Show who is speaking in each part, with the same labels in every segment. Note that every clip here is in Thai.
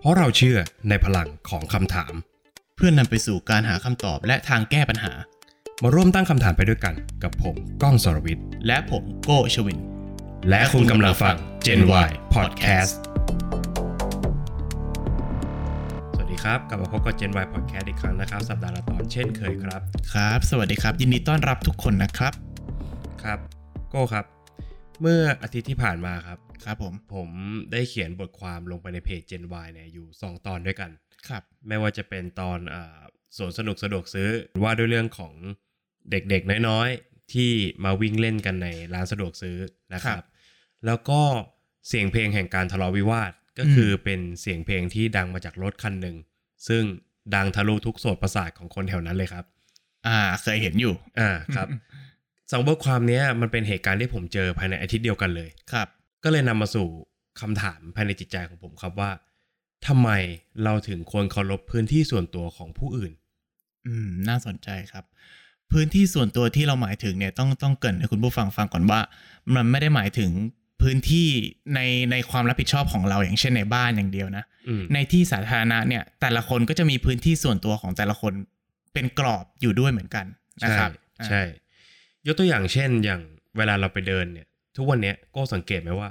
Speaker 1: เพราะเราเชื่อในพลังของคำถาม
Speaker 2: เพื่อนนำไปสู่การหาคำตอบและทางแก้ปัญหา
Speaker 1: มาร่วมตั้งคำถามไปด้วยกันกับผมก้องสรวิทย์
Speaker 2: และผมโก้ชวิน
Speaker 1: และคุณกำลังฟัง Gen Y Podcast สวัสดีครับกลับมาพบกับ Gen Y Podcast อีกครั้งนะครับ สัปดาห์ละตอนเช่นเคยครับ
Speaker 2: ครับ สวัสดีครับ ยินดีต้อนรับทุกคนนะครับ
Speaker 1: ครับโก้ครับ เมื่ออาทิตย์ที่ผ่านมาครับ
Speaker 2: ครับผม
Speaker 1: ผมได้เขียนบทความลงไปในเพจ Gen Y เนี่ยอยู่ 2 ตอนด้วยกัน
Speaker 2: ครับ
Speaker 1: ไม่ว่าจะเป็นตอนอาสวนสนุกสะดวกซื้อว่าด้วยเรื่องของเด็กๆน้อยๆ ที่มาวิ่งเล่นกันในร้านสะดวกซื้อนะครั
Speaker 2: ครับ บ
Speaker 1: แล้วก็เสียงเพลงแห่งการทะเลาะวิวาทก็
Speaker 2: อืม
Speaker 1: คือเป็นเสียงเพลงที่ดังมาจากรถคันหนึ่ง ซึ่งดังทะลุทุกโสดประสาทของคนแถวนั้นเลยครับ
Speaker 2: อ่า เคยเห็นอยู่
Speaker 1: อ่าครับ สองบทความเนี้ยมันเป็นเหตุการณ์ที่ผมเจอภายในอาทิตย์เดียวกันเลย
Speaker 2: ครับ
Speaker 1: ก็เลยนำมาสู่คำถามภายในจิตใจของผมครับว่าทำไมเราถึงควรเคารพพื้นที่ส่วนตัวของผู้อื่น
Speaker 2: อืม น่าสนใจครับ พื้นที่ส่วนตัวที่เราหมายถึงเนี่ยต้องต้องเกรินให้คุณผู้ฟังฟังก่อนว่า มันไม่ได้หมายถึงพื้นที่ในในความรับผิดชอบของเราอย่างเช่นในบ้านอย่างเดียวนะ
Speaker 1: อืม
Speaker 2: ในที่สาธารณะเนี่ย แต่ละคนก็จะมีพื้นที่ส่วนตัวของแต่ละคนเป็นกรอบอยู่ด้วยเหมือนกันนะ
Speaker 1: ใช่
Speaker 2: ครับอ่า
Speaker 1: ใช่ ยกตัวอย่างเช่น อย่างเวลาเราไปเดินเนี่ย ทุกวันเนี้ยก็สังเกตไหมว่า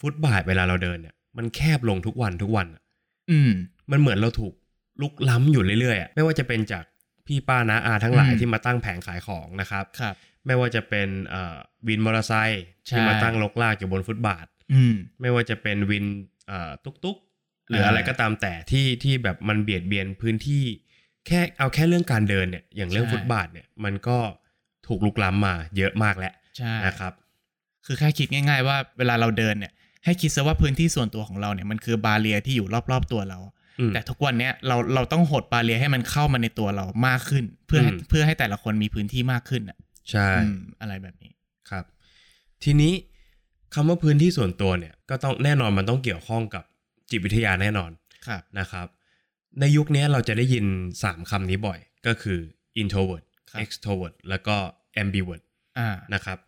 Speaker 1: ฟุตบาทเวลาเราเดินเนี่ย มันแคบลงทุกวันทุกวันอะ
Speaker 2: อืม
Speaker 1: มันเหมือนเราถูกลุกล้ำอยู่เรื่อยๆอะไม่ว่าจะเป็นจากพี่ป้าน้าอาทั้งหลาย
Speaker 2: อืม
Speaker 1: ที่มาตั้งแผงขายของนะครับ
Speaker 2: ครับ
Speaker 1: ไม่ว่าจะเป็นเอ่อวินมอเตอร์ไซค์ที่
Speaker 2: ใช่
Speaker 1: มาตั้งลกลากอยู่บนฟุตบาท
Speaker 2: อืม
Speaker 1: ไม่ว่าจะเป็นวินเอ่อตุ๊กตุ๊กหรือ
Speaker 2: เอ่ออ
Speaker 1: อะไรก็ตามแต่ที่ที่แบบมันเบียดเบียนพื้นที่ แค่เอาแค่เรื่องการเดินเนี่ยอย่างเรื่องฟุตบาทเนี่ยมันก็ถูกลุกล้ำมาเยอะมากแล้ว
Speaker 2: ใช่
Speaker 1: นะครับ
Speaker 2: คือแค่คิดง่ายๆว่าเวลาเราเดินเนี่ยให้คิดซะว่าพื้นที่ส่วนตัวของเราเนี่ยมันคือบาเรียที่อยู่รอบๆตัวเรา
Speaker 1: อืม
Speaker 2: แต่ทุกวันเนี้ยเราเราต้องหดบาเรียให้มันเข้ามาในตัวเรามากขึ้น เพื่อให้
Speaker 1: อืม
Speaker 2: เพื่อให้แต่ละคนมีพื้นที่มากขึ้นอ่ะ
Speaker 1: ใช่
Speaker 2: อืมอะไรแบบนี้
Speaker 1: ครับ ทีนี้คำว่าพื้นที่ส่วนตัวเนี่ยก็ต้องแน่นอนมันต้องเกี่ยวข้องกับจิตวิทยาแน่นอน
Speaker 2: ครับ
Speaker 1: นะครับ ในยุคนี้เราจะได้ยิน 3คำนี้บ่อยก็คือ introvert
Speaker 2: ครับ
Speaker 1: extrovert แล้วก็ ambivert
Speaker 2: อ่า
Speaker 1: นะครับ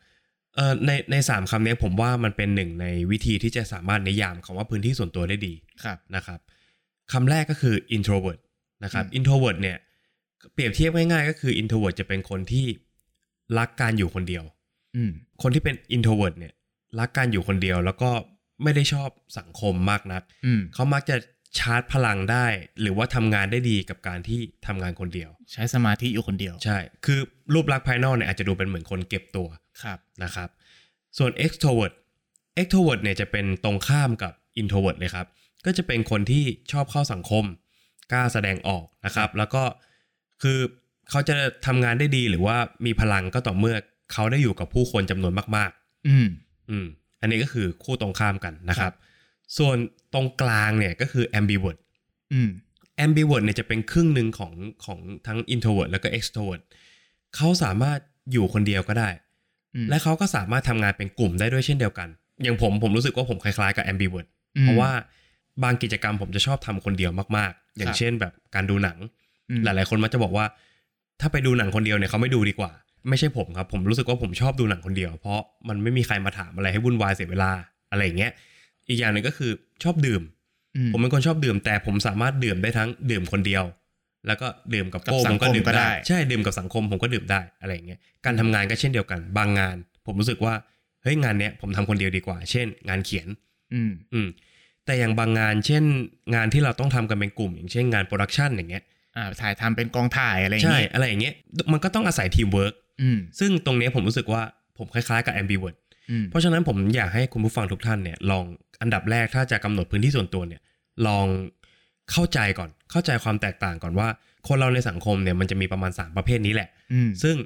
Speaker 1: เอ่อในในสามคำนี้ผมว่ามันเป็นหนึ่งในวิธีที่จะสามารถนิยามคำว่าพื้นที่ส่วนตัวได้ดี
Speaker 2: ครับ
Speaker 1: นะครับคำแรกก็คือ introvert นะครับ
Speaker 2: อืม
Speaker 1: introvert เนี่ยเปรียบเทียบง่ายๆ ก็คือ introvert จะเป็นคนที่รักการอยู่คนเดียว
Speaker 2: อืม
Speaker 1: คนที่เป็น introvert เนี่ยรักการอยู่คนเดียว แล้วก็ไม่ได้ชอบสังคมมากนัก
Speaker 2: อืม
Speaker 1: เขามักจะชาร์จพลังได้ หรือว่าทำงานได้ดีกับการที่ทำงานคนเดียว
Speaker 2: ใช้สมาธิอยู่คนเดียว
Speaker 1: ใช่ คือรูปลักษณ์ภายนอกเนี่ยอาจจะดูเป็นเหมือนคนเก็บตัว
Speaker 2: ครับ
Speaker 1: นะครับ ส่วน extrovert extrovert เนี่ยจะเป็นตรงข้ามกับ introvert เลยครับ ก็จะเป็นคนที่ชอบเข้าสังคม กล้าแสดงออกนะครับ แล้วก็คือเขาจะทำงานได้ดีหรือว่ามีพลังก็ต่อเมื่อเขาได้อยู่กับผู้คนจำนวนมาก
Speaker 2: อืม
Speaker 1: ๆ อืม อันนี้ก็คือคู่ตรงข้ามกันนะครับ ส่วนตรงกลางเนี่ยก็คือ ambivert
Speaker 2: อืม
Speaker 1: ambivert เนี่ยจะเป็นครึ่งหนึ่งของของทั้ง introvert แล้วก็ extrovert เขาสามารถอยู่คนเดียวก็ได้
Speaker 2: อืม
Speaker 1: และเขาก็สามารถทำงานเป็นกลุ่มได้ด้วยเช่นเดียวกัน อย่างผมผมรู้สึกว่าผมคล้ายๆกับ ambivert
Speaker 2: อืม
Speaker 1: เพราะว่าบางกิจกรรมผมจะชอบทำคนเดียวมากๆ อย่างเช่นแบบการดูหนัง
Speaker 2: อืม
Speaker 1: หลายๆคนมักจะบอกว่า ถ้าไปดูหนังคนเดียวเนี่ยเขาไม่ดูดีกว่า ไม่ใช่ผมครับ ผมรู้สึกว่าผมชอบดูหนังคนเดียว เพราะมันไม่มีใครมาถามอะไรให้วุ่นวายเสียเวลาอะไรอย่างเงี้ย อีกอย่างหนึ่งก็คือชอบดื่ม
Speaker 2: อืม
Speaker 1: ผมเป็นคนชอบดื่มแต่ผมสามารถดื่มได้ทั้งดื่มคนเดียว แล้วก็ดื่มกับ
Speaker 2: กับ
Speaker 1: โก้
Speaker 2: สั
Speaker 1: ผ
Speaker 2: ง
Speaker 1: มก็ดื่ม
Speaker 2: คมก็ได้
Speaker 1: ได้ ใช่ดื่มกับสังคมผมก็ดื่มได้อะไรอย่างเงี้ยการทำงานก็เช่นเดียวกัน บางงาน ผมรู้สึกว่าเฮ้ยงานเนี้ยผมทำคนเดียวดีกว่า เช่น งานเขียน
Speaker 2: อืม
Speaker 1: อืมแต่อย่างบางงาน เช่น งานที่เราต้องทำกันเป็นกลุ่ม อย่างเช่นงานโปรดักชันอย่างเงี้ย
Speaker 2: อ่าถ่ายทำเป็นกองถ่ายอะไรอย่าง
Speaker 1: ใช่
Speaker 2: งี้
Speaker 1: อะไรอย่างเงี้ยมันก็ต้องอาศัยทีมเวิร์ก
Speaker 2: อืม
Speaker 1: ซึ่งตรงเนี้ยผมรู้สึกว่าผมคล้ายๆกับแอมบิเวิร์ด
Speaker 2: อืม
Speaker 1: เพราะฉะนั้นผมอยากให้คุณผู้ฟังทุกท่านเนี่ยลองอันดับแรกถ้าจะกำหนดพื้นที่ส่วนตัวเนี่ยลองเข้าใจก่อนเข้าใจความแตกต่างก่อนว่า คนเราในสังคมเนี่ยมันจะมีประมาณ 3 ประเภทนี้แหละ
Speaker 2: อืม
Speaker 1: ซึ่ง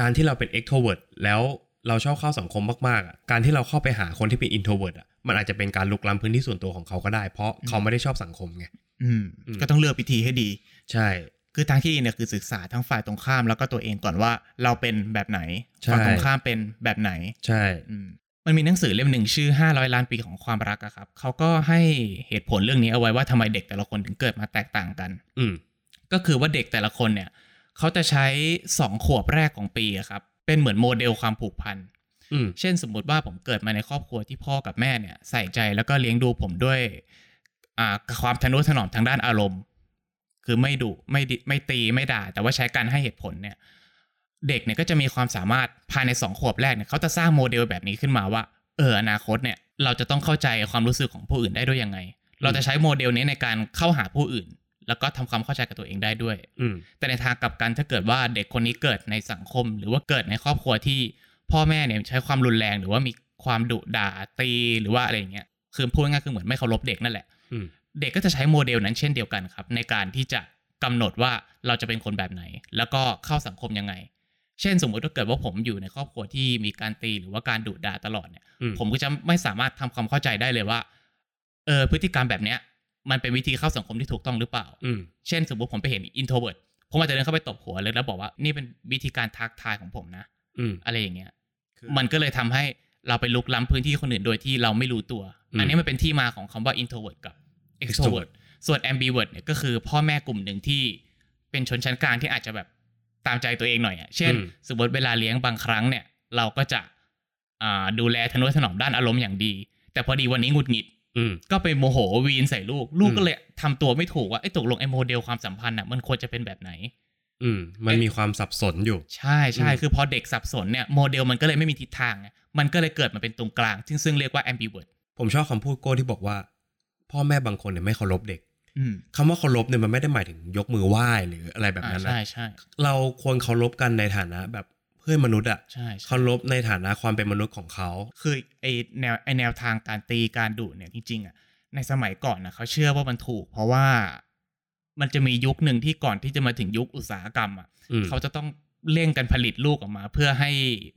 Speaker 1: การที่เราเป็น extrovert แล้วเราชอบเข้าสังคมมากๆอ่ะการที่เราเข้าไปหาคนที่เป็น introvert อ่ะมันอาจจะเป็นการลุกล้ำพื้นที่ส่วนตัวของเขาก็ได้ เพราะเขาไม่ได้ชอบสังคมไง
Speaker 2: อืม
Speaker 1: อืม
Speaker 2: ก็ต้องเลือกวิธีให้ดี
Speaker 1: ใช่
Speaker 2: คือทางที่ดีเนี่ยคือศึกษาทั้งฝ่ายตรงข้ามแล้วก็ตัวเองก่อนว่าเราเป็นแบบไหน
Speaker 1: ใช่
Speaker 2: ฝ่ายตรงข้ามเป็นแบบไหน
Speaker 1: ใช่
Speaker 2: อืมมันมีหนังสือเล่มหนึ่งชื่อ 500 ล้านปีของความรักอะครับเขาก็ให้เหตุผลเรื่องนี้เอาไว้ว่าทำไมเด็กแต่ละคนถึงเกิดมาแตกต่างกัน
Speaker 1: อืม
Speaker 2: ก็คือว่าเด็กแต่ละคนเนี่ยเขาจะใช้ 2 ขวบแรกของปีอะครับเป็นเหมือนโมเดลความผูกพัน
Speaker 1: อืม
Speaker 2: เช่นสมมติว่าผมเกิดมาในครอบครัวที่พ่อกับแม่เนี่ยใส่ใจแล้วก็เลี้ยงดูผมด้วย อ่าความทะนุถนอมทางด้านอารมณ์ คือไม่ดุไม่ดิไม่ตีไม่ด่า แต่ว่าใช้การให้เหตุผลเนี่ย เด็กเนี่ยก็จะมีความสามารถภายในสองขวบแรกเนี่ยเขาจะสร้างโมเดลแบบนี้ขึ้นมาว่า เอออนาคตเนี่ยเราจะต้องเข้าใจความรู้สึกของผู้อื่นได้ด้วยยังไง เราจะใช้โมเดลนี้ในการเข้าหาผู้อื่น แล้วก็ทำความเข้าใจกับตัวเองได้ด้วย
Speaker 1: อืม
Speaker 2: แต่ในทางกลับกันถ้าเกิดว่าเด็กคนนี้เกิดในสังคม หรือว่าเกิดในครอบครัวที่พ่อแม่เนี่ยใช้ความรุนแรงหรือว่ามีความดุด่าตีหรือว่าอะไรอย่างเงี้ยคือพูดง่ายๆคือเหมือนไม่เคารพเด็กนั่นแหละ
Speaker 1: อืม
Speaker 2: เด็กก็จะใช้โมเดลนั้นเช่นเดียวกันครับ ในการที่จะกำหนดว่าเราจะเป็นคนแบบไหน แล้วก็เข้าสังคมยังไง เช่นสมมติถ้าเกิดว่าผมอยู่ในครอบครัวที่มีการตีหรือว่าการดุด่าตลอดเนี่ย
Speaker 1: อืม
Speaker 2: ผมก็จะไม่สามารถทำความเข้าใจได้เลยว่าเออพฤติกรรมแบบเนี้ย มันเป็นวิธีเข้าสังคมที่ถูกต้องหรือเปล่า
Speaker 1: อืม
Speaker 2: เช่นสมมติผมไปเห็นอินโทรเวิร์ดผมอาจจะเดินเข้าไปตบหัวเลยแล้วบอกว่านี่เป็นวิธีการทักทายของผมนะ
Speaker 1: อืม
Speaker 2: อะไรอย่างเงี้ย
Speaker 1: คือ
Speaker 2: มันก็เลยทำให้เราไปลุกล้ำพื้นที่คนอื่นโดยที่เราไม่รู้ตัว
Speaker 1: อืม
Speaker 2: อันนี้มันเป็นที่มาของคำว่า introvert กับ
Speaker 1: extrovert
Speaker 2: extrovert ส่วน ambivert เนี่ยก็คือพ่อแม่กลุ่มหนึ่งที่เป็นชนชั้นกลางที่อาจจะแบบตามใจตัวเองหน่อยอะเช่น
Speaker 1: อืม
Speaker 2: สมมติเวลาเลี้ยงบางครั้งเนี่ย เราก็จะอ่าดูแลทนุถนอมด้านอารมณ์อย่างดี แต่พอดีวันนี้หงุดหงิด
Speaker 1: อืม
Speaker 2: ก็ไปโมโหวีนใส่ลูก ลูก
Speaker 1: อืม
Speaker 2: ก็เลยทำตัวไม่ถูกว่าไอ้ยตกลงไอ้โมเดลความสัมพันธ์อ่ะมันควรจะเป็นแบบไหน
Speaker 1: อืม มันมีความสับสนอยู่
Speaker 2: ใช่ใช่
Speaker 1: อืม
Speaker 2: คือพอเด็กสับสนเนี่ยโมเดลมันก็เลยไม่มีทิศทางไงมันก็เลยเกิดมาเป็นตรงกลาง ซึ่งซึ่งเรียกว่า ambivert
Speaker 1: ผมชอบคำพูดโก้ที่บอกว่า พ่อแม่บางคนเนี่ยไม่เคารพเด็ก
Speaker 2: อืม
Speaker 1: คำว่าเคารพเนี่ยมันไม่ได้หมายถึงยกมือไหว้หรืออะไรแบบนั้น
Speaker 2: อ่า
Speaker 1: นะ
Speaker 2: ใช่ใช่
Speaker 1: เราควรเคารพกันในฐานะแบบเพื่อนมนุษย์อะ
Speaker 2: ใช่ใช่
Speaker 1: เคารพในฐานะความเป็นมนุษย์ของเขา
Speaker 2: คือไอแนวไอแนวทางการตีการดุเนี่ยจริงๆอ่ะในสมัยก่อนนะเขาเชื่อว่ามันถูก เพราะว่ามันจะมียุคหนึ่งที่ก่อนที่จะมาถึงยุคอุตสาหกรรมอ่ะ
Speaker 1: อืม
Speaker 2: เขาจะต้องเร่งกันผลิตลูกออกมา เพื่อให้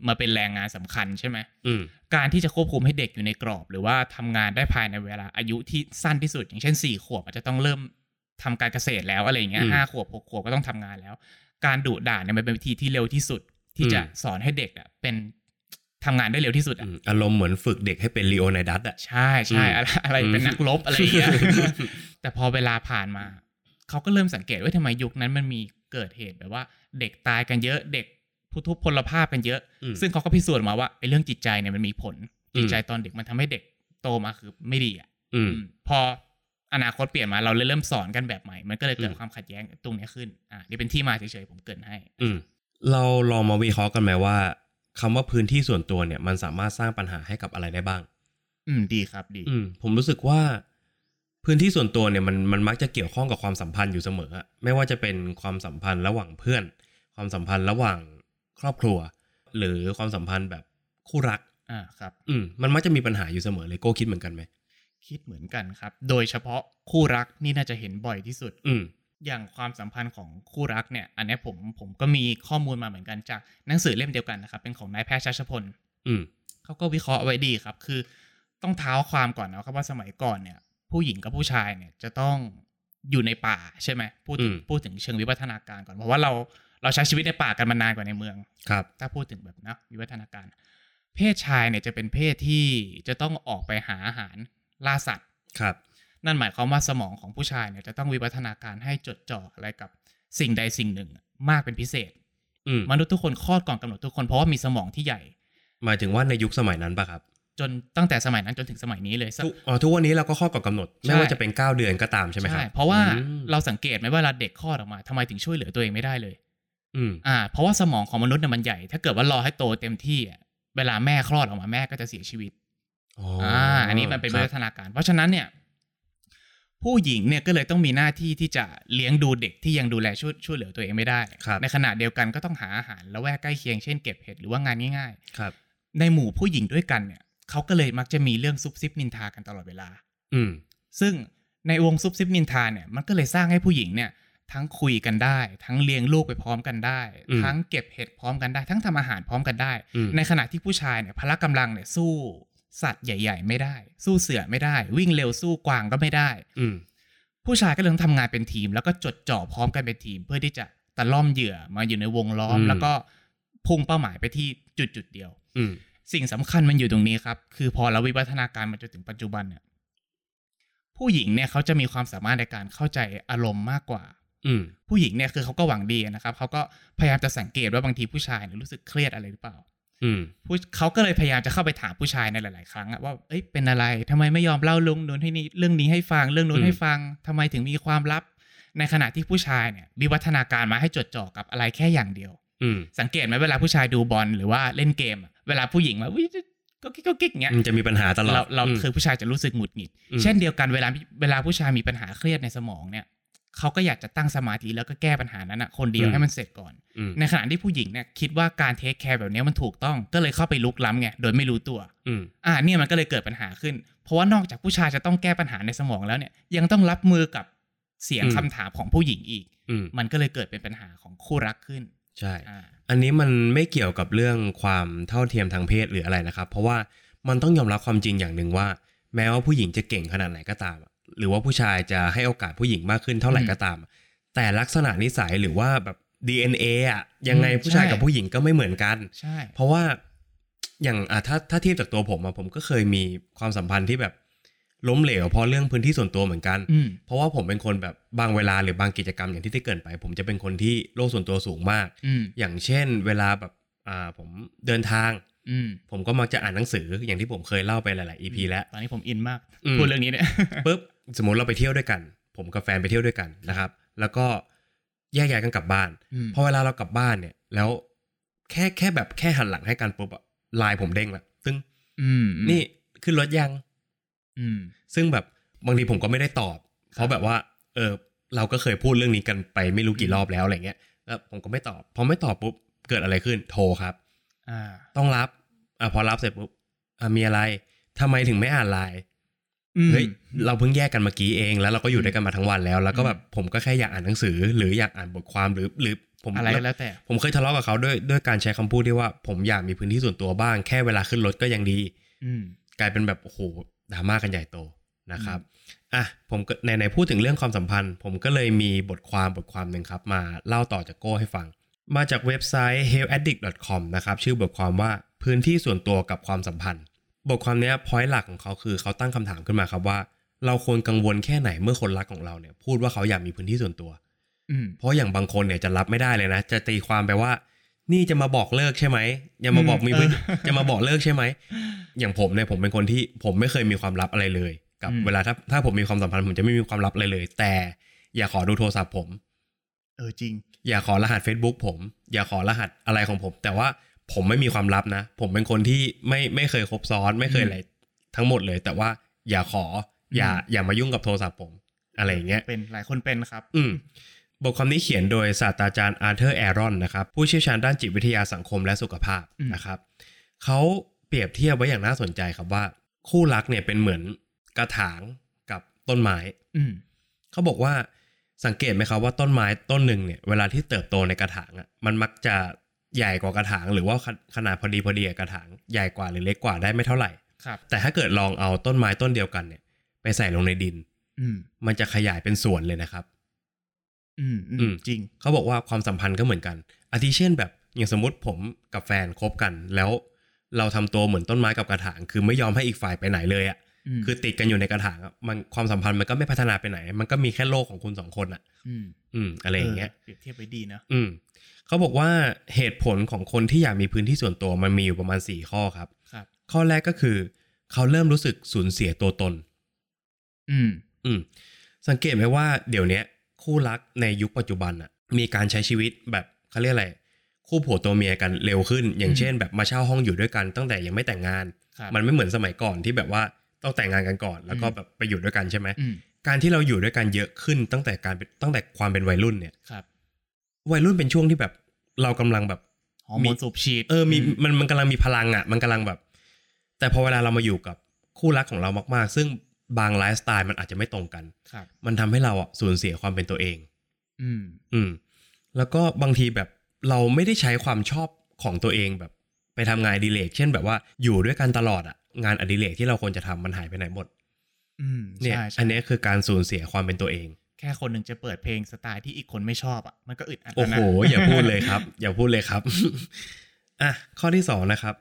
Speaker 2: มาเป็นแรงงานสำคัญใช่ไหม
Speaker 1: อืม
Speaker 2: การที่จะควบคุมให้เด็กอยู่ในกรอบ หรือว่าทำงานได้ภายในเวลาอายุที่สั้นที่สุด อย่างเช่นสี่ขวบอาจจะต้องเริ่มทำการเกษตรแล้วอะไรอย่างเงี้ย
Speaker 1: อืม
Speaker 2: ห้าขวบหกขวบก็ต้องทำงานแล้ว การดุด่าเนี่ยมันเป็นวิธีที่เร็วที่สุด ที่จะ
Speaker 1: อืม
Speaker 2: สอนให้เด็กอ่ะเป็นทำงานได้เร็วที่สุด
Speaker 1: อื
Speaker 2: อ่ะ
Speaker 1: มอารมณ์เหมือนฝึกเด็กให้เป็นลีโอไนดัสอะ
Speaker 2: ใช่ใช่
Speaker 1: อืม
Speaker 2: อะไรอะไร
Speaker 1: อืม
Speaker 2: เป็นนักรบอะไรอย่างเงี้ย
Speaker 1: อืม
Speaker 2: แต่พอเวลาผ่านมา เขาก็เริ่มสังเกตว่าทำไมยุคนั้นมันมีเกิดเหตุแบบว่า เด็กตายกันเยอะเด็กผู้ทุพพลภาพกันเยอะ
Speaker 1: อืม
Speaker 2: ซึ่งเขาก็พิสูจน์มาว่าไอ้เรื่องจิตใจเนี่ยมันมีผล
Speaker 1: อืม
Speaker 2: จิตใจตอนเด็กมันทำให้เด็กโตมาคือไม่ดีอ่ะ
Speaker 1: อืม
Speaker 2: อืมพออนาคตเปลี่ยนมาเราเลยเริ่มสอนกันแบบใหม่ มันก็เลยเกิด
Speaker 1: อืม
Speaker 2: ความขัดแย้งตรงเนี้ยขึ้นอ่ะนี่เป็นที่มาเฉยๆผมเกรินให้
Speaker 1: อืม เราลองมาวิเคราะห์กันไหมว่าคำว่าพื้นที่ส่วนตัวเนี่ย มันสามารถสร้างปัญหาให้กับอะไรได้บ้าง
Speaker 2: อืมดีครับดี
Speaker 1: อืมผมรู้สึกว่าพื้นที่ส่วนตัวเนี่ยมันมันมักจะเกี่ยวข้องกับความสัมพันธ์อยู่เสมออะไม่ว่าจะเป็นความสัมพันธ์ระหว่างเพื่อน ความสัมพันธ์ระหว่างครอบครัว หรือความสัมพันธ์แบบคู่รัก
Speaker 2: อ่าครับ
Speaker 1: อืมมันมักจะมีปัญหาอยู่เสมอเลยโก้คิดเหมือนกันไหม
Speaker 2: คิดเหมือนกันครับ โดยเฉพาะคู่รักนี่น่าจะเห็นบ่อยที่สุด
Speaker 1: อืม
Speaker 2: อย่างความสัมพันธ์ของคู่รักเนี่ย อันเนี้ยผมผมก็มีข้อมูลมาเหมือนกันจากหนังสือเล่มเดียวกันนะครับเป็นของนายแพทย์ชัชพล
Speaker 1: อืม
Speaker 2: เขาก็วิเคราะห์ไว้ดีครับ คือต้องเท้าความก่อนนะครับว่าสมัยก่อนเนี่ย ผู้หญิงกับผู้ชายเนี่ยจะต้องอยู่ในป่าใช่ไหมพูดถึง
Speaker 1: อืม
Speaker 2: พูดถึงเชิงวิวัฒนาการก่อนเพราะว่าเราเราใช้ชีวิตในป่ากันมานานกว่าในเมือง
Speaker 1: ครับ
Speaker 2: ถ้าพูดถึงแบบนะวิวัฒนาการ เพศชายเนี่ยจะเป็นเพศที่จะต้องออกไปหาอาหารล่าสัตว์
Speaker 1: ครับ
Speaker 2: นั่นหมายความว่าสมองของผู้ชายเนี่ยจะต้องวิวัฒนาการให้จดจ่ออะไรกับสิ่งใดสิ่งหนึ่ง มากเป็นพิเศษ
Speaker 1: อืม
Speaker 2: มนุษย์ทุกคนคลอดก่อนกำหนดทุกคนเพราะว่ามีสมองที่ใหญ่
Speaker 1: หมายถึงว่าในยุคสมัยนั้นปะครับ
Speaker 2: จนตั้งแต่สมัยนั้นจนถึงสมัยนี้เลยสัก
Speaker 1: ทุกอ๋อทุกวันนี้เราก็ข้อกฎกำหนด ไม่ว่าจะเป็น 9 เดือนก็ตามใช่ไหมครับ
Speaker 2: เพราะว่า
Speaker 1: อืม
Speaker 2: เราสังเกตไหมเวลาเด็กคลอดออกมาทำไมถึงช่วยเหลือตัวเองไม่ได้เลย
Speaker 1: อืม
Speaker 2: อ่า เพราะว่าสมองของมนุษย์เนี่ยมันใหญ่ ถ้าเกิดว่ารอให้โตเต็มที่อ่ะเวลาแม่คลอดออกมาแม่ก็จะเสียชีวิต
Speaker 1: อ๋อ
Speaker 2: อ่า
Speaker 1: อ่า
Speaker 2: อันนี้มันเป็น
Speaker 1: ค
Speaker 2: วิ
Speaker 1: รั
Speaker 2: วั
Speaker 1: บ
Speaker 2: ฒนาการ เพราะฉะนั้นเนี่ย ผู้หญิงเนี่ยก็เลยต้องมีหน้าที่ที่จะเลี้ยงดูเด็กที่ยังดูแลช่วยช่วยเหลือตัวเองไม่ได้ ในขณะเดียวกันก็ต้องหาอาหารและแวกใกล้เคียงเช่นเก็บเห็ดหรือว่างานง่าย
Speaker 1: ครับ
Speaker 2: ๆ ในหมู่ผู้หญิงด้วยกันเนี่ยเขาก็เลยมักจะมีเรื่องซุบซิบนินทากันตลอดเวลา
Speaker 1: อืม
Speaker 2: ซึ่งในวงซุบซิบนินทาเนี่ยมันก็เลยสร้างให้ผู้หญิงเนี่ย ทั้งคุยกันได้ ทั้งเลี้ยงลูกไปพร้อมกันได้
Speaker 1: อืม
Speaker 2: ทั้งเก็บเห็ดพร้อมกันได้ ทั้งทำอาหารพร้อมกันได้
Speaker 1: อืม
Speaker 2: ในขณะที่ผู้ชายเนี่ยพละกำลังเนี่ยสู้สัตว์ใหญ่ ๆ ไม่ได้ สู้เสือไม่ได้ วิ่งเร็วสู้กวางก็ไม่ได้
Speaker 1: อืม
Speaker 2: ผู้ชายก็เลยต้องทำงานเป็นทีม แล้วก็จดจ่อพร้อมกันเป็นทีม เพื่อที่จะตะล่อมเหยื่อมาอยู่ในวงล้อม
Speaker 1: อืม
Speaker 2: แล้วก็พุ่งเป้าหมายไปที่จุดจุดๆเดียว
Speaker 1: อืม
Speaker 2: สิ่งสำคัญมันอยู่ตรงนี้ครับ คือพอเราวิวัฒนาการมาจนถึงปัจจุบันเนี่ย ผู้หญิงเนี่ยเขาจะมีความสามารถในการเข้าใจอารมณ์มากกว่า
Speaker 1: อืม
Speaker 2: ผู้หญิงเนี่ยคือเขาก็หวังดีนะครับเขาก็พยายามจะสังเกตว่าบางทีผู้ชายเนี่ยรู้สึกเครียดอะไรหรือเปล่า
Speaker 1: อืม
Speaker 2: ผู้เขาก็เลยพยายามจะเข้าไปถามผู้ชายในหลาย ๆ ครั้งอะว่าเอ้ยเป็นอะไรทำไมไม่ยอมเล่าเรื่องนู้นให้นี่เรื่องนี้ให้ฟังเรื่องนู้
Speaker 1: อื
Speaker 2: น
Speaker 1: ม
Speaker 2: ให้ฟังทำไมถึงมีความลับ ในขณะที่ผู้ชายเนี่ยมีวัฒนาการมาให้จดจ่อกับอะไรแค่อย่างเดียว
Speaker 1: อืม
Speaker 2: สังเกตไหมเวลาผู้ชายดูบอลหรือว่าเล่นเกมอะเวลาผู้หญิงมาอุ๊ยก็กิ๊กก็กิ๊กเงี้ย
Speaker 1: มันจะมีปัญหาตลอด
Speaker 2: เราเรา
Speaker 1: ม
Speaker 2: คือผู้ชายจะรู้สึกหงุดหงิด
Speaker 1: อืม
Speaker 2: เช่นเดียวกันเวลาเวลาผู้ชายมีปัญหาเครียดในสมองเนี่ยเขาก็อยากจะตั้งสมาธิแล้วก็แก้ปัญหานั้นอะคนเดียวให้มันเสร็จก่อน
Speaker 1: ม
Speaker 2: ในขณะที่ผู้หญิงเนี่ยคิดว่าการเทคแคร์แบบเนี้ยมันถูกต้องก็เลยเข้าไปลุกล้ำไงโดยไม่รู้ตัว
Speaker 1: อืม
Speaker 2: อ่าเนี่ยมันก็เลยเกิดปัญหาขึ้น เพราะว่านอกจากผู้ชายจะต้องแก้ปัญหาในสมองแล้วเนี่ยยังต้องรับมือกับเสียง
Speaker 1: อืม
Speaker 2: คำถามของผู้หญิงอีก
Speaker 1: อืม
Speaker 2: มันก็เลยเกิดเป็นปัญหาของคู่รักขึ้น
Speaker 1: ใช่
Speaker 2: อ่า
Speaker 1: อันนี้มันไม่เกี่ยวกับเรื่องความเท่าเทียมทางเพศหรืออะไรนะครับ เพราะว่ามันต้องยอมรับความจริงอย่างหนึ่งว่า แม้ว่าผู้หญิงจะเก่งขนาดไหนก็ตามอะหรือว่าผู้ชายจะให้โอกาสผู้หญิงมากขึ้นเท่าไหร่ก็ตามอะแต่ลักษณะนิสัยหรือว่าแบบ DNA อ่ะยังไงผู้ชายกับผู้หญิงก็ไม่เหมือนกัน
Speaker 2: ใช่
Speaker 1: เพราะว่าอย่างอ่ะถ้าถ้าเทียบจากตัวผมอะผมก็เคยมีความสัมพันธ์ที่แบบล้มเหลวเพราะเรื่องพื้นที่ส่วนตัวเหมือนกัน
Speaker 2: อืม
Speaker 1: เพราะว่าผมเป็นคนแบบบางเวลาหรือบางกิจกรรมอย่างที่ได้เกรินไป ผมจะเป็นคนที่โลกส่วนตัวสูงมาก
Speaker 2: อืม
Speaker 1: อย่างเช่นเวลาแบบอ่าผมเดินทาง
Speaker 2: อืม
Speaker 1: ผมก็มักจะอ่านหนังสืออย่างที่ผมเคยเล่าไปหลาย ๆ EP แล้ว
Speaker 2: ตอนนี้ผมอินมาก
Speaker 1: อืม
Speaker 2: พูดเรื่องนี้เนี่ย
Speaker 1: ปุ๊บสมมติเราไปเที่ยวด้วยกัน ผมกับแฟนไปเที่ยวด้วยกันนะครับ แล้วก็แยกย้ายกันกลับบ้าน
Speaker 2: อืม
Speaker 1: พอเวลาเรากลับบ้านเนี่ย แล้วแค่แค่แบบแค่หันหลังให้กันปุ๊บอะไลน์ผมเด้งละซึ่ง
Speaker 2: อืมอืม
Speaker 1: นี่ขึ้นรถยัง
Speaker 2: อืม
Speaker 1: ซึ่งแบบบางทีผมก็ไม่ได้ตอบ
Speaker 2: ครับ
Speaker 1: เพราะแบบว่า เออเราก็เคยพูดเรื่องนี้กันไปไม่รู้กี่รอบแล้วอะไรเงี้ยแล้วผมก็ไม่ตอบพอไม่ตอบปุ๊บเกิดอะไรขึ้นโทรครับ
Speaker 2: อ่า
Speaker 1: ต้องรับอ่ะพอรับเสร็จปุ๊บอ่ะมีอะไรทำไมถึงไม่อ่านไลน์
Speaker 2: อืม
Speaker 1: เฮ้ยเราเพิ่งแยกกันเมื่อกี้เอง แล้วเราก็อยู่ด้วยกันมาทั้งวันแล้ว แล้วก็แบบผมก็แค่อยากอ่านหนังสือ หรืออยากอ่านบทความหรือหรือผม
Speaker 2: อะไรก็แล้วแต่
Speaker 1: ผมเคยทะเลาะกับเขาด้วยด้วยการใช้คำพูดที่ว่าผมอยากมีพื้นที่ส่วนตัวบ้างแค่เวลาขึ้นรถก็ยังดี
Speaker 2: อืม
Speaker 1: กลายเป็นแบบโอ้โหดราม่ากันใหญ่โตนะครับอ่ะผมก็ในในพูดถึงเรื่องความสัมพันธ์ ผมก็เลยมีบทความบทความหนึ่งครับ มาเล่าต่อจากโก้ให้ฟัง มาจากเว็บไซต์ healthaddict.com นะครับ ชื่อบทความว่าพื้นที่ส่วนตัวกับความสัมพันธ์ บทความเนี้ยพอยหลักของเขาคือเขาตั้งคำถามขึ้นมาครับว่า เราควรกังวลแค่ไหนเมื่อคนรักของเราเนี่ยพูดว่าเขาอยากมีพื้นที่ส่วนตัว
Speaker 2: อืม
Speaker 1: เพราะอย่างบางคนเนี่ยจะรับไม่ได้เลยนะ จะตีความไปว่า นี่จะมาบอกเลิกใช่ไหมอย่ามาบอก
Speaker 2: อืม
Speaker 1: มีพื้น
Speaker 2: เออ
Speaker 1: จะมาบอกเลิกใช่ไหมอย่างผมเนี่ยผมเป็นคนที่ผมไม่เคยมีความลับอะไรเลย กับ
Speaker 2: อืม
Speaker 1: เวลาถ้าถ้าผมมีความสัมพันธ์ผมจะไม่มีความลับอะไรเลย แต่อย่าขอดูโทรศัพท์ผม
Speaker 2: เออจริง
Speaker 1: อย่าขอรหัส Facebook ผม อย่าขอรหัสอะไรของผม แต่ว่าผมไม่มีความลับนะ ผมเป็นคนที่ไม่ไม่เคยคบซ้อน ไม่เคย
Speaker 2: อืม
Speaker 1: อะไรทั้งหมดเลย แต่ว่าอย่าขออย่า
Speaker 2: อืม
Speaker 1: อย่ามายุ่งกับโทรศัพท์ผม อะไรอย่างเงี้ย
Speaker 2: เป็นหลายคนเป็นครับ
Speaker 1: อืมบทความนี้เขียนโดยศาสตราจารย์อาร์เธอร์แอรอนนะครับ ผู้เชี่ยวชาญด้านจิตวิทยาสังคมและสุขภาพ
Speaker 2: อืม
Speaker 1: นะครับเขาเปรียบเทียบไว้อย่างน่าสนใจครับว่า คู่รักเนี่ยเป็นเหมือนกระถางกับต้นไม้
Speaker 2: อืม
Speaker 1: เขาบอกว่าสังเกตไหมครับว่าต้นไม้ต้นหนึ่งเนี่ยเวลาที่เติบโตในกระถางอ่ะมันมักจะใหญ่กว่ากระถางหรือว่าขนขนาดพอดีพอดีกับกระถางใหญ่กว่าหรือเล็กกว่าได้ไม่เท่าไหร่
Speaker 2: ครับ
Speaker 1: แต่ถ้าเกิดลองเอาต้นไม้ต้นเดียวกันเนี่ยไปใส่ลงในดิน
Speaker 2: อืม
Speaker 1: มันจะขยายเป็นสวนเลยนะครับ
Speaker 2: อืม
Speaker 1: อื
Speaker 2: อื
Speaker 1: ม
Speaker 2: มจริง
Speaker 1: เขาบอกว่าความสัมพันธ์ก็เหมือนกัน อาทิเช่นแบบอย่างสมมติผมกับแฟนคบกัน แล้วเราทำตัวเหมือนต้นไม้กับกระถาง คือไม่ยอมให้อีกฝ่ายไปไหนเลยอะ่ะ
Speaker 2: ม
Speaker 1: คือติดกันอยู่ในกระถางอะมันความสัมพันธ์มันก็ไม่พัฒนาไปไหน มันก็มีแค่โลกของคุณสองคนอะ่ะ
Speaker 2: ม
Speaker 1: อืม อะไรอย่างเงี้ย
Speaker 2: เปรียบเทียบไว้ดีนะ
Speaker 1: อืมเขาบอกว่าเหตุผลของคนที่อยากมีพื้นที่ส่วนตัวมันมีอยู่ประมาณสี่ข้อครับ
Speaker 2: ครับ
Speaker 1: ข้อแรกก็คือ เขาเริ่มรู้สึกสูญเสียตัวตน
Speaker 2: อืม
Speaker 1: อืมสังเกตไหมว่าเดี๋ยวเนี้ย คู่รักในยุคปัจจุบันอะมีการใช้ชีวิตแบบเขาเรียกอะไร คู่ผัวตัวเมียกันเร็วขึ้น อย่างเช่น แบบมาเช่าห้องอยู่ด้วยกันตั้งแต่ยังไม่แต่งงาน
Speaker 2: ครับ
Speaker 1: มันไม่เหมือนสมัยก่อนที่แบบว่าต้องแต่งงานกันก่อน แล้วก็
Speaker 2: อืม
Speaker 1: แบบไปอยู่ด้วยกันใช่ไหม
Speaker 2: อืม
Speaker 1: การที่เราอยู่ด้วยกันเยอะขึ้นตั้งแต่การเป็นตั้งแต่ความเป็นวัยรุ่นเนี่ย
Speaker 2: ครับ
Speaker 1: วัยรุ่นเป็นช่วงที่แบบเรากำลังแบบ
Speaker 2: ฮอร์โม
Speaker 1: มี
Speaker 2: นสูบฉีด
Speaker 1: เออมีมันมันกำลังมีพลังอ่ะ มันกำลังแบบ แต่พอเวลาเรามาอยู่กับคู่รักของเรามาก ๆ ซึ่งบางไลฟ์สไตล์มันอาจจะไม่ตรงกัน
Speaker 2: ครับ
Speaker 1: มันทำให้เราอ่ะสูญเสียความเป็นตัวเอง
Speaker 2: อืม
Speaker 1: อืม แล้วก็บางทีแบบเราไม่ได้ใช้ความชอบของตัวเองแบบ ไปทำงานอดิเลก เช่นแบบว่าอยู่ด้วยกันตลอดอ่ะ งานอดิเลกที่เราควรจะทำมันหายไปไหนหมด
Speaker 2: อืม
Speaker 1: เนี่ย
Speaker 2: ใช่ใช่
Speaker 1: อันเนี้ยคือการสูญเสียความเป็นตัวเอง
Speaker 2: แค่คนหนึ่งจะเปิดเพลงสไตล์ที่อีกคนไม่ชอบอ่ะ มันก็อึดอัด
Speaker 1: โอ้
Speaker 2: แล้ว
Speaker 1: โห
Speaker 2: นะ
Speaker 1: อย่าพูดเลยครับ อย่าพูดเลยครับ อ่ะ ข้อที่สองนะครับ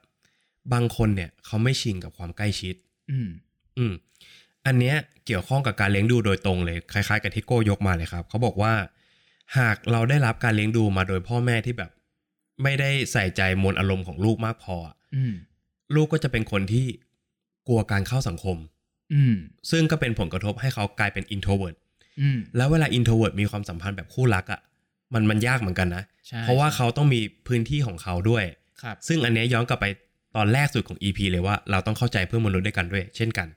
Speaker 1: บางคนเนี่ยเขาไม่ชินกับความใกล้ชิด
Speaker 2: อืม
Speaker 1: อืม อันเนี้ยเกี่ยวข้องกับการเลี้ยงดูโดยตรงเลย คล้ายๆ กับที่โก้ยกมาเลยครับ เขาบอกว่า หากเราได้รับการเลี้ยงดูมาโดยพ่อแม่ที่แบบ ไม่ได้ใส่ใจมวลอารมณ์ของลูกมากพออะ
Speaker 2: อืม
Speaker 1: ลูกก็จะเป็นคนที่กลัวการเข้าสังคม
Speaker 2: อืม
Speaker 1: ซึ่งก็เป็นผลกระทบให้เขากลายเป็น introvert
Speaker 2: อืม
Speaker 1: แล้วเวลา introvert มีความสัมพันธ์แบบคู่รักอะ่ะมันมันยากเหมือนกันนะ
Speaker 2: ใช่
Speaker 1: เพราะว่าเขาต้องมีพื้นที่ของเขาด้วย
Speaker 2: ครับ
Speaker 1: ซึ่งอันเนี้ยย้อนกลับไปตอนแรกสุดของ EP เลยว่าเราต้องเข้าใจเพื่อนมนุษย์ด้วยกันด้วย เช่นกัน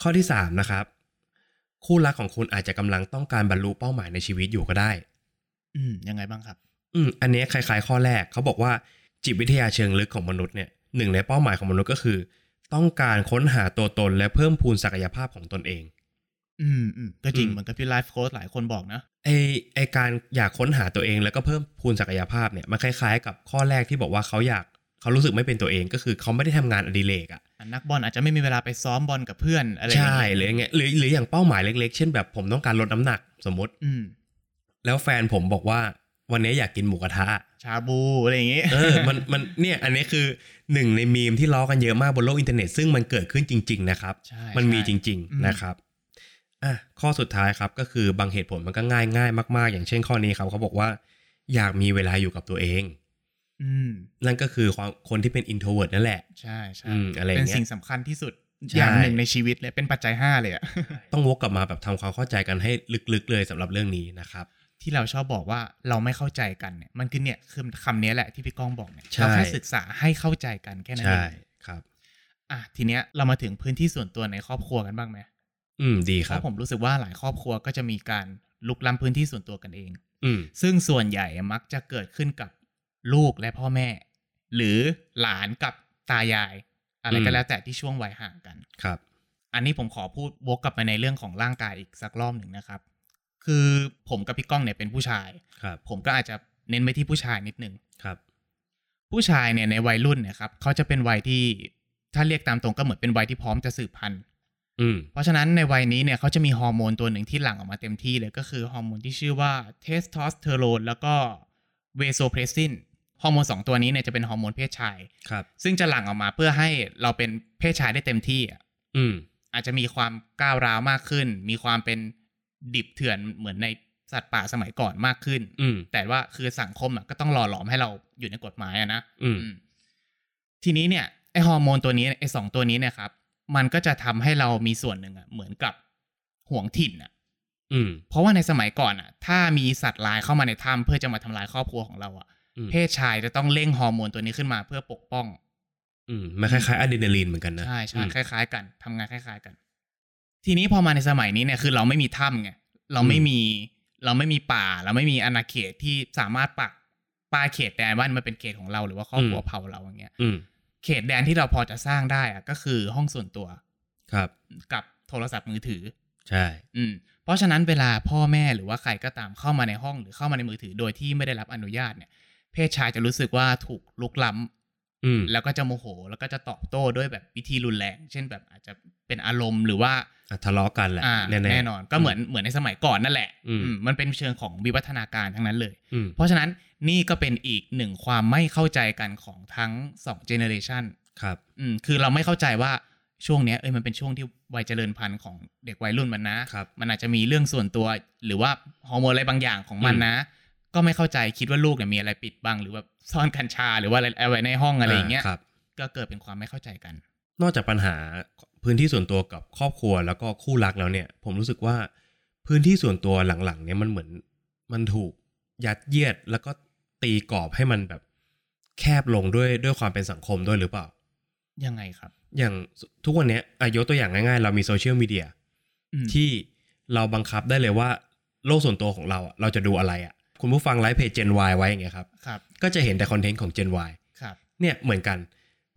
Speaker 1: ข้อที่ 3 นะครับ คู่รักของคุณอาจจะกำลังต้องการบรรลุเป้าหมายในชีวิตอยู่ก็ได้
Speaker 2: อืม ยังไงบ้างครับ
Speaker 1: อืมอันเนี้ยคล้ายๆ ข้อแรกเขาบอกว่าจิตวิทยาเชิงลึกของมนุษย์เนี่ยหนึ่งในเป้าหมายของมนุษย์ก็คือ ต้องการค้นหาตัวตนและเพิ่มพูนศักยภาพของตนเอง
Speaker 2: อืมอืมก็จริง
Speaker 1: อืม
Speaker 2: เหมือนกับที่ไลฟ์โค้ชหลายคนบอกนะ
Speaker 1: ไอไอการอยากค้นหาตัวเองแล้วก็เพิ่มพูนศักยภาพเนี่ยมันคล้ายๆ กับข้อแรกที่บอกว่าเขาอยากเขารู้สึกไม่เป็นตัวเองก็คือเขาไม่ได้ทำงานอดิเรกอะ
Speaker 2: อ่ะนักบอลอาจจะไม่มีเวลาไปซ้อมบอลกับเพื่อนอะไรอย่าง
Speaker 1: ใช่
Speaker 2: งี้
Speaker 1: หรือยังไงหรือหรืออย่างเป้าหมายเล็กๆ เช่นแบบผมต้องการลดน้ำหนักสมมติ
Speaker 2: อืม
Speaker 1: แล้วแฟนผมบอกว่าวันนี้อยากกินหมูกระทะ
Speaker 2: ชาบูอะไรอย่างงี้
Speaker 1: เออ มันมันเนี่ยอันนี้คือหนึ่งในมีมที่ล้อกันเยอะมากบนโลกอินเทอร์เน็ตซึ่งมันเกิดขึ้นจริง ๆ นะครับ
Speaker 2: ใช่
Speaker 1: มันมี
Speaker 2: ใช่
Speaker 1: จริง
Speaker 2: อืม
Speaker 1: ๆนะครับอ่ะข้อสุดท้ายครับก็คือบางเหตุผลมันก็ง่ายง่ายๆมาก ๆ อย่างเช่นข้อนี้ครับเขาบอกว่าอยากมีเวลาอยู่กับตัวเอง
Speaker 2: อืม
Speaker 1: นั่นก็คือความคนที่เป็น introvert นั่นแหละ
Speaker 2: ใช่ใช่
Speaker 1: อืมอะไรอย่างเงี้ย
Speaker 2: เป็นสิ่งสำคัญที่สุด
Speaker 1: ใช่
Speaker 2: อย่างหนึ่งในชีวิตเลยเป็นปัจจัยห้าเลยอะ
Speaker 1: ต้องวกกลับมาแบบทำความเข้าใจกันให้ลึกๆเลยสำหรับเรื่องนี้นะครับ
Speaker 2: ที่เราชอบบอกว่าเราไม่เข้าใจกันเนี่ยมันคือเนี่ยคือคำนี้แหละที่พี่ก้องบอกเนี่ย
Speaker 1: ใช่
Speaker 2: เราแค่ศึกษาให้เข้าใจกันแค่นั้นเอ
Speaker 1: ใช่
Speaker 2: ง
Speaker 1: ครับ
Speaker 2: อ่ะทีเนี้ยเรามาถึงพื้นที่ส่วนตัวในครอบครัวกันบ้างไหม
Speaker 1: อืมดี
Speaker 2: เพ
Speaker 1: ครับ
Speaker 2: ราะผมรู้สึกว่าหลายครอบครัวก็จะมีการลุกล้ำพื้นที่ส่วนตัวกันเอง
Speaker 1: อืม
Speaker 2: ซึ่งส่วนใหญ่มักจะเกิดขึ้นกับลูกและพ่อแม่ หรือหลานกับตายาย อะไรก็
Speaker 1: อืม
Speaker 2: แล้วแต่ที่ช่วงวัยห่างกัน
Speaker 1: ครับ
Speaker 2: อันนี้ผมขอพูดวกกลับไปในเรื่องของร่างกายอีกสักรอบหนึ่งนะครับ คือผมกับพี่ก้องเนี่ยเป็นผู้ชาย
Speaker 1: ครับ
Speaker 2: ผมก็อาจจะเน้นไปที่ผู้ชายนิดนึง
Speaker 1: ครับ
Speaker 2: ผู้ชายเนี่ยในวัยรุ่นเนี่ยครับเขาจะเป็นวัยที่ถ้าเรียกตามตรงก็เหมือนเป็นวัยที่พร้อมจะสืบพันธุ์
Speaker 1: อืม
Speaker 2: เพราะฉะนั้นในวัยนี้เนี่ยเขาจะมีฮอร์โมนตัวหนึ่งที่หลั่งออกมาเต็มที่เลยก็คือฮอร์โมนที่ชื่อว่าเทสโทสเตอโรนแล้วก็เวโซเพรสซินฮอร์โมนสองตัวนี้เนี่ยจะเป็นฮอร์โมนเพศชาย
Speaker 1: ครับ
Speaker 2: ซึ่งจะหลั่งออกมาเพื่อให้เราเป็นเพศชายได้เต็มที่อะ
Speaker 1: อืม
Speaker 2: อาจจะมีความก้าวร้าวมากขึ้น มีความเป็นดิบเถื่อนเหมือนในสัตว์ป่าสมัยก่อนมากขึ้น
Speaker 1: อืม
Speaker 2: แต่ว่าคือสังคมอะก็ต้องหล่อหลอมให้เราอยู่ในกฎหมายอะนะ
Speaker 1: อืม
Speaker 2: อืมทีนี้เนี่ยไอฮอร์โมนตัวนี้ไอสองตัวนี้เนะครับ มันก็จะทำให้เรามีส่วนหนึ่งอะเหมือนกับห่วงถิ่นอะ
Speaker 1: อืม
Speaker 2: เพราะว่าในสมัยก่อนอะถ้ามีสัตว์ร้ายเข้ามาในถ้ำเพื่อจะมาทำลายครอบครัวของเราอะ
Speaker 1: อืม
Speaker 2: เพศชายจะต้องเร่งฮอร์โมนตัวนี้ขึ้นมาเพื่อปกป้อง
Speaker 1: อืมมันคล้ายๆอะดรีนาลีนเหมือนกันนะ
Speaker 2: ใช่ใช่
Speaker 1: อืม
Speaker 2: คล้ายๆ กันทำงานคล้าย ๆกัน ทีนี้พอมาในสมัยนี้เนี่ยคือเราไม่มีถ้ำไงเราไม่
Speaker 1: อืม
Speaker 2: มี เราไม่มีป่า เราไม่มีอาณาเขตที่สามารถปักป้ายเขตแดนว่ามันเป็นเขตของเราหรือว่าครอบครัวเผ่าเราอย่างเงี้ย
Speaker 1: อืม
Speaker 2: เขตแดนที่เราพอจะสร้างได้อะก็คือห้องส่วนตัว
Speaker 1: ครับ
Speaker 2: กับโทรศัพท์มือถือ
Speaker 1: ใช่
Speaker 2: อืม เพราะฉะนั้นเวลาพ่อแม่หรือว่าใครก็ตามเข้ามาในห้องหรือเข้ามาในมือถือโดยที่ไม่ได้รับอนุญาตเนี่ย เพศชายจะรู้สึกว่าถูกลุกล้
Speaker 1: อืม
Speaker 2: ำแล้วก็จะโมโห แล้วก็จะตอบโต้ด้วยแบบวิธีรุนแรง เช่นแบบอาจจะเป็นอารมณ์หรือว่า
Speaker 1: อ่ะทะเลาะกันแหละ
Speaker 2: อ่า
Speaker 1: แน่ๆ
Speaker 2: แน่นอน ก็เหมือนเหมือนในสมัยก่อนนั่นแหละ
Speaker 1: อืม
Speaker 2: อืมมันเป็นเชิงของวิวัฒนาการทั้งนั้นเลย
Speaker 1: อืม
Speaker 2: เพราะฉะนั้นนี่ก็เป็นอีกหนึ่งความไม่เข้าใจกันของทั้งสองเจเนอเรชัน
Speaker 1: ครับ
Speaker 2: อืมคือเราไม่เข้าใจว่าช่วงเนี้ยเอ้ยมันเป็นช่วงที่วัยเจริญพันธุ์ของเด็กวัยรุ่นมันนะ
Speaker 1: ครับ
Speaker 2: มันอาจจะมีเรื่องส่วนตัว หรือว่าฮอร์โมนอะไรบางอย่างของมันนะ ก็ไม่เข้าใจคิดว่าลูกเนี่ยมีอะไรปิดบังหรือว่าซ่อนกัญชาหรือว่าอะไรเอาไว้ในห้องอะไรอย่างเงี้ย
Speaker 1: าครับ
Speaker 2: ก็เกิดเป็นความไม่เข้าใจกัน
Speaker 1: นอกจากปัญหาพื้นที่ส่วนตัวกับครอบครัวแล้วก็คู่รักแล้วเนี่ย ผมรู้สึกว่าพื้นที่ส่วนตัวหลังๆ เนี่ยมันเหมือนมันถูกยัดเยียดแล้วก็ตีกรอบให้มันแบบแคบลงด้วยด้วยความเป็นสังคมด้วยหรือเปล่า
Speaker 2: ยังไงครับ
Speaker 1: อย่างทุกวันเนี้ยอายกตัวอย่างง่ายๆ เรามีโซเชียลมีเดีย
Speaker 2: อืม
Speaker 1: ที่เราบังคับได้เลยว่าโลกส่วนตัวของเราอะเราจะดูอะไรอะคุณผู้ฟังไลฟ์เพจ Gen Y ไว้อย่างเงี้ยครับ
Speaker 2: ครับ
Speaker 1: ก็จะเห็นแต่คอนเทนต์ของ Gen Y
Speaker 2: ครับ
Speaker 1: เนี่ยเหมือนกัน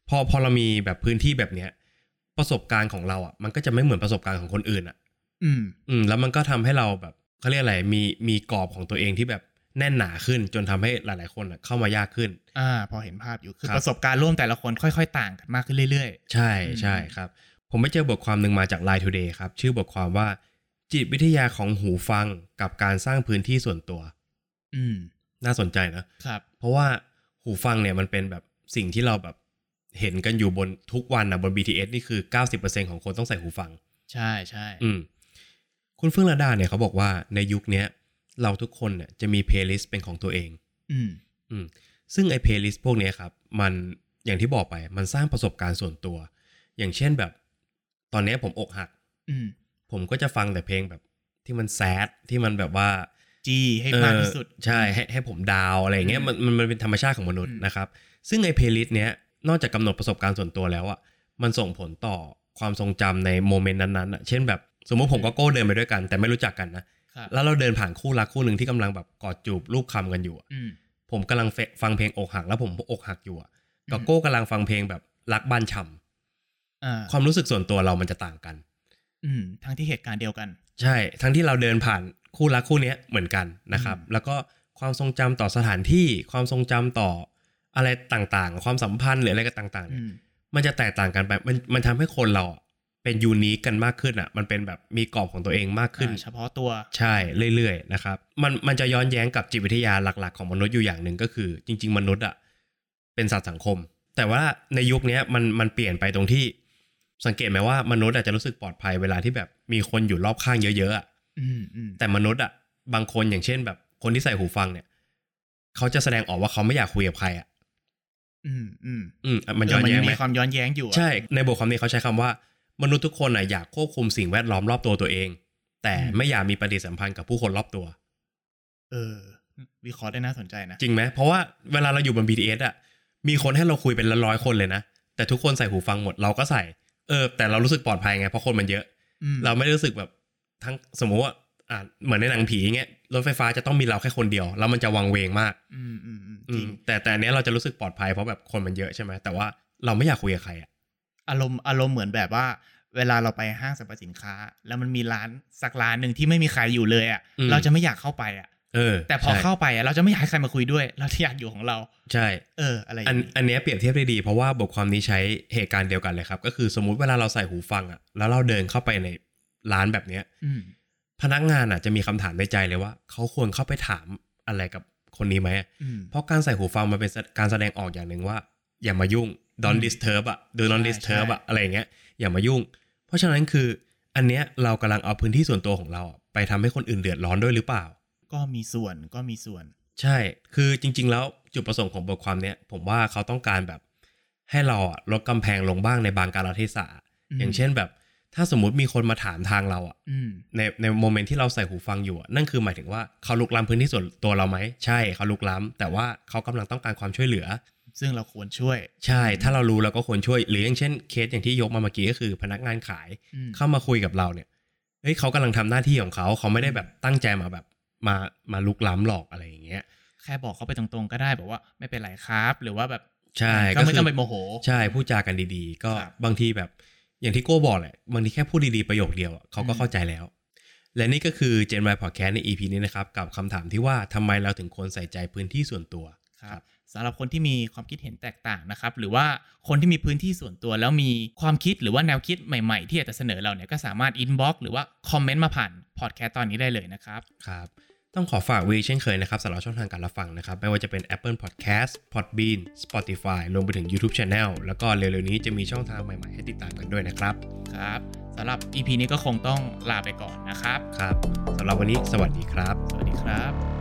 Speaker 1: พอพอเรามีแบบพื้นที่แบบเนี้ย ประสบการณ์ของเราอะมันก็จะไม่เหมือนประสบการณ์ของคนอื่นอะ
Speaker 2: อืม
Speaker 1: อืมแล้วมันก็ทำให้เราแบบเขาเรียกอะไรมีมีกรอบของตัวเองที่แบบแน่นหนาขึ้น จนทำให้หลายๆคนอะเข้ามายากขึ้น
Speaker 2: อ่า พอเห็นภาพอยู่คือ
Speaker 1: ครับ
Speaker 2: ประสบการณ์ร่วมแต่ละคนค่อยๆ ต่างกันมากขึ้นเรื่อย
Speaker 1: ใช่
Speaker 2: อืม
Speaker 1: ใช่ครับ ผมไปเจอบทความหนึ่งมาจาก Line Today ครับ ชื่อบทความว่า จิตวิทยาของหูฟังกับการสร้างพื้นที่ส่วนตัว
Speaker 2: ๆ อืม
Speaker 1: น่าสนใจนะ
Speaker 2: ครับ
Speaker 1: เพราะว่าหูฟังเนี่ยมันเป็นแบบสิ่งที่เราแบบเห็นกันอยู่บนทุกวันนะบน BTS นี่คือ 90%ของคนต้องใส่หูฟัง
Speaker 2: ใช่ใช่
Speaker 1: อืม คุณเฟื่องระดาเนี่ยเขาบอกว่าในยุคเนี้ย เราทุกคนเนี่ยจะมีเพลย์ลิสต์เป็นของตัวเอง
Speaker 2: อืม
Speaker 1: อืม ซึ่งไอ้เพลย์ลิสต์พวกเนี้ยครับ มันอย่างที่บอกไปมันสร้างประสบการณ์ส่วนตัว อย่างเช่นแบบ ตอนเนี้ยผมอกหัก
Speaker 2: อืม
Speaker 1: ผมก็จะฟังแต่เพลงแบบที่มันแซดที่มันแบบว่า
Speaker 2: จี้ให้มากที่สุด
Speaker 1: เออใช่ให้ให้ผมดาวอะไรอย่างเงี้ย
Speaker 2: อืม
Speaker 1: มันมันมันเป็นธรรมชาติของมนุษย์
Speaker 2: อืม
Speaker 1: นะครับ ซึ่งไอ้เพลย์ลิสต์เนี้ยนอกจากกำหนดประสบการณ์ส่วนตัวแล้วอ่ะมันส่งผลต่อความทรงจำในโมเมนต์นั้นๆอ่ะเช่นแบบสมมติผมก็โก้เดินไปด้วยกัน แต่ไม่รู้จักกันนะครับแล้วเราเดินผ่านคู่รักคู่หนึ่งที่กำลังแบบกอดจูบรูปคำกันอยู่อะ
Speaker 2: อืม
Speaker 1: ผมกำลังเฟฟังเพลงอกหักแล้วผมอกหักอยู่อะ
Speaker 2: อืม
Speaker 1: กับโก้กำลังฟังเพลงแบบรักบ้านฉ่
Speaker 2: อ่า
Speaker 1: ำความรู้สึกส่วนตัวเรามันจะต่างกัน
Speaker 2: อืมทั้งที่เหตุการณ์เดียวกัน
Speaker 1: ใช่ ทั้งที่เราเดินผ่านคู่รักคู่เนี้ยเหมือนกันนะครับ
Speaker 2: อืม
Speaker 1: แล้วก็ความทรงจำต่อสถานที่ ความทรงจำต่ออะไรต่างๆ ความสัมพันธ์หรืออะไรก็ต่างๆ
Speaker 2: อื
Speaker 1: เนี่ย
Speaker 2: ม
Speaker 1: มันจะแตกต่างกันไป มันมันทำให้คนเราอะเป็นยูนิคกันมากขึ้นอ่ะ มันเป็นแบบมีกรอบของตัวเองมากขึ้น
Speaker 2: อ่าเฉพาะตัว
Speaker 1: ใช่เรื่อยๆนะครับ มันมันจะย้อนแย้งกับจิตวิทยาหลักๆ ของมนุษย์อยู่อย่างหนึ่งก็คือ จริง ๆ มนุษย์อ่ะเป็นสัตว์สังคม แต่ว่าในยุคเนี้ยมันมันเปลี่ยนไปตรงที่ สังเกตไหมว่ามนุษย์อาจจะรู้สึกปลอดภัยเวลาที่แบบมีคนอยู่รอบข้างเยอะๆอะ
Speaker 2: อืมอืม
Speaker 1: แต่มนุษย์อ่ะบางคนอย่างเช่นแบบคนที่ใส่หูฟังเนี่ย เขาจะแสดงออกว่าเขาไม่อยากคุยกับใครอ่ะ
Speaker 2: อืมอืม
Speaker 1: อืมอ่ะมันย้อนแย้ง
Speaker 2: เออ
Speaker 1: ไหม
Speaker 2: มีความย้อนแย้งอยู่อะ
Speaker 1: ใช่ ในบทความนี้เขาใช้คำว่า มนุษย์ทุกคนอ่ะอยากควบคุมสิ่งแวดล้อมรอบตัวตัวเอง แต่ไม่อยากมีปฏิสัมพันธ์กับผู้คนรอบตัว
Speaker 2: เออ วิเคราะห์ได้น่าสนใจนะ
Speaker 1: จริงไหมเพราะว่าเวลาเราอยู่บน BTS อ่ะมีคนให้เราคุยเป็นร้อยๆคนเลยนะ แต่ทุกคนใส่หูฟังหมดเราก็ใส่เออแต่เรารู้สึกปลอดภัยไงเพราะคนมันเยอะ
Speaker 2: อืม
Speaker 1: เราไม่ได้รู้สึกแบบทั้งสมมติว่าอ่ะเหมือนในหนังผีเงี้ยรถไฟฟ้าจะต้องมีเราแค่คนเดียวแล้วมันจะวังเวงมาก
Speaker 2: อืมอืมอืม
Speaker 1: อื
Speaker 2: จริ
Speaker 1: ม
Speaker 2: ง
Speaker 1: แต่แต่อันเนี้ยเราจะรู้สึกปลอดภัยเพราะแบบคนมันเยอะใช่ไหมแต่ว่าเราไม่อยากคุยกับใครอ่ะ
Speaker 2: อารมณ์อารมณ์เหมือนแบบว่า เวลาเราไปห้างสรรพสินค้า แล้วมันมีร้านสักร้านหนึ่งที่ไม่มีใครอยู่เลยอ่ะเราจะไม่อยากเข้าไปอ่ะ
Speaker 1: เออ
Speaker 2: แต่พอ
Speaker 1: ใช่
Speaker 2: เข้าไปอ่ะเราจะไม่อยากให้ใครมาคุยด้วย เราจะอยากอยู่ของเรา
Speaker 1: ใช่
Speaker 2: เออ อะไรอย่าง
Speaker 1: อัน
Speaker 2: งี้
Speaker 1: อันเนี้ยเปรียบเทียบได้ดี เพราะว่าบทความนี้ใช้เหตุการณ์เดียวกันเลยครับ ก็คือสมมุติเวลาเราใส่หูฟังอ่ะแล้วเราเดินเข้าไปในร้านแบบเนี้ย
Speaker 2: อืม
Speaker 1: พนักงานอ่ะจะมีคำถามในใจเลยว่า เขาควรเข้าไปถามอะไรกับคนนี้ไหมอะ
Speaker 2: อืม
Speaker 1: เพราะการใส่หูฟังมันเป็นการแสดงออกอย่างหนึ่งว่า อย่ามายุ่ง
Speaker 2: อื
Speaker 1: don't
Speaker 2: ม
Speaker 1: disturb อ่ะ do
Speaker 2: ใช่
Speaker 1: not
Speaker 2: ใช่
Speaker 1: disturb อ่ะอะไรอย่างเงี้ยอย่ามายุ่ง เพราะฉะนั้นคืออันเนี้ยเรากำลังเอาพื้นที่ส่วนตัวของเราอะไปทำให้คนอื่นเดือดร้อนด้วยหรือเปล่า
Speaker 2: ก็มีส่วนก็มีส่วน
Speaker 1: ใช่ คือจริง ๆ แล้วจุดประสงค์ของบทความเนี้ยผมว่าเขาต้องการแบบ ให้เราอะลดกำแพงลงบ้างในบางการเทศะ
Speaker 2: อืม
Speaker 1: อย่างเช่นแบบ ถ้าสมมติมีคนมาถามทางเราอะ
Speaker 2: อืม
Speaker 1: ในในโมเมนต์ที่เราใส่หูฟังอยู่อะนั่นคือหมายถึงว่าเขาลุกล้ำพื้นที่ส่วนตัวเราไหมใช่เขาลุกล้ำแต่ว่าเขากำลังต้องการความช่วยเหลือ
Speaker 2: ซึ่งเราควรช่วย
Speaker 1: ใช่ ถ้าเรารู้เราก็ควรช่วย หรืออย่างเช่นเคสอย่างที่ยกมาเมื่อกี้ก็คือพนักงานขาย
Speaker 2: อืม
Speaker 1: เข้ามาคุยกับเราเนี่ยเฮ้ยเขากำลังทำหน้าที่ของเขาเขาไม่ได้แบบตั้งใจมาแบบมามาลุกล้ำหลอกอะไรอย่างเงี้ย
Speaker 2: แค่บอกเขาไปตรงๆ ก็ได้แบบว่าไม่เป็นไรครับ หรือว่าแบบ
Speaker 1: ใช่
Speaker 2: ก็
Speaker 1: ก็คื
Speaker 2: ไม่
Speaker 1: อ
Speaker 2: ต้องไปโมโห
Speaker 1: ใช่พูดจากันดีๆ ก็
Speaker 2: ครับ
Speaker 1: บางทีแบบ อย่างที่โก้บอกแหละบางทีแค่พูดดีๆ ประโยคเดียวอะเขาก็
Speaker 2: อืม
Speaker 1: เข้าใจแล้ว และนี่ก็คือ Gen Y Podcast ใน EP นี้นะครับ กับคำถามที่ว่าทำไมเราถึงควรใส่ใจพื้นที่ส่วนตัว
Speaker 2: ครับสำหรับคนที่มีความคิดเห็นแตกต่างนะครับ หรือว่าคนที่มีพื้นที่ส่วนตัวแล้วมีความคิดหรือว่าแนวคิดใหม่ๆ ที่อยากจะเสนอเราเนี่ยก็สามารถอินบ็อกซ์หรือว่าคอมเมนต์มาผ่านพอดแคสต์ตอนนี้ได้เลยนะครับ
Speaker 1: ครับต้องขอฝากไวีเช่นเคยนะครับสำหรับช่องทางการรับฟังนะครับ ไม่ว่าจะเป็น Apple Podcast Podbean Spotify รวมไปถึง YouTube Channel แล้วก็เร็วๆนี้จะมีช่องทางใหม่ๆ ให้ติดตามกันด้วยนะครับ
Speaker 2: ครับสำหรับ EP นี้ก็คงต้องลาไปก่อนนะครับ
Speaker 1: ครับสำหรับวันนี้สวัสดีครับ
Speaker 2: สวัสดีครับ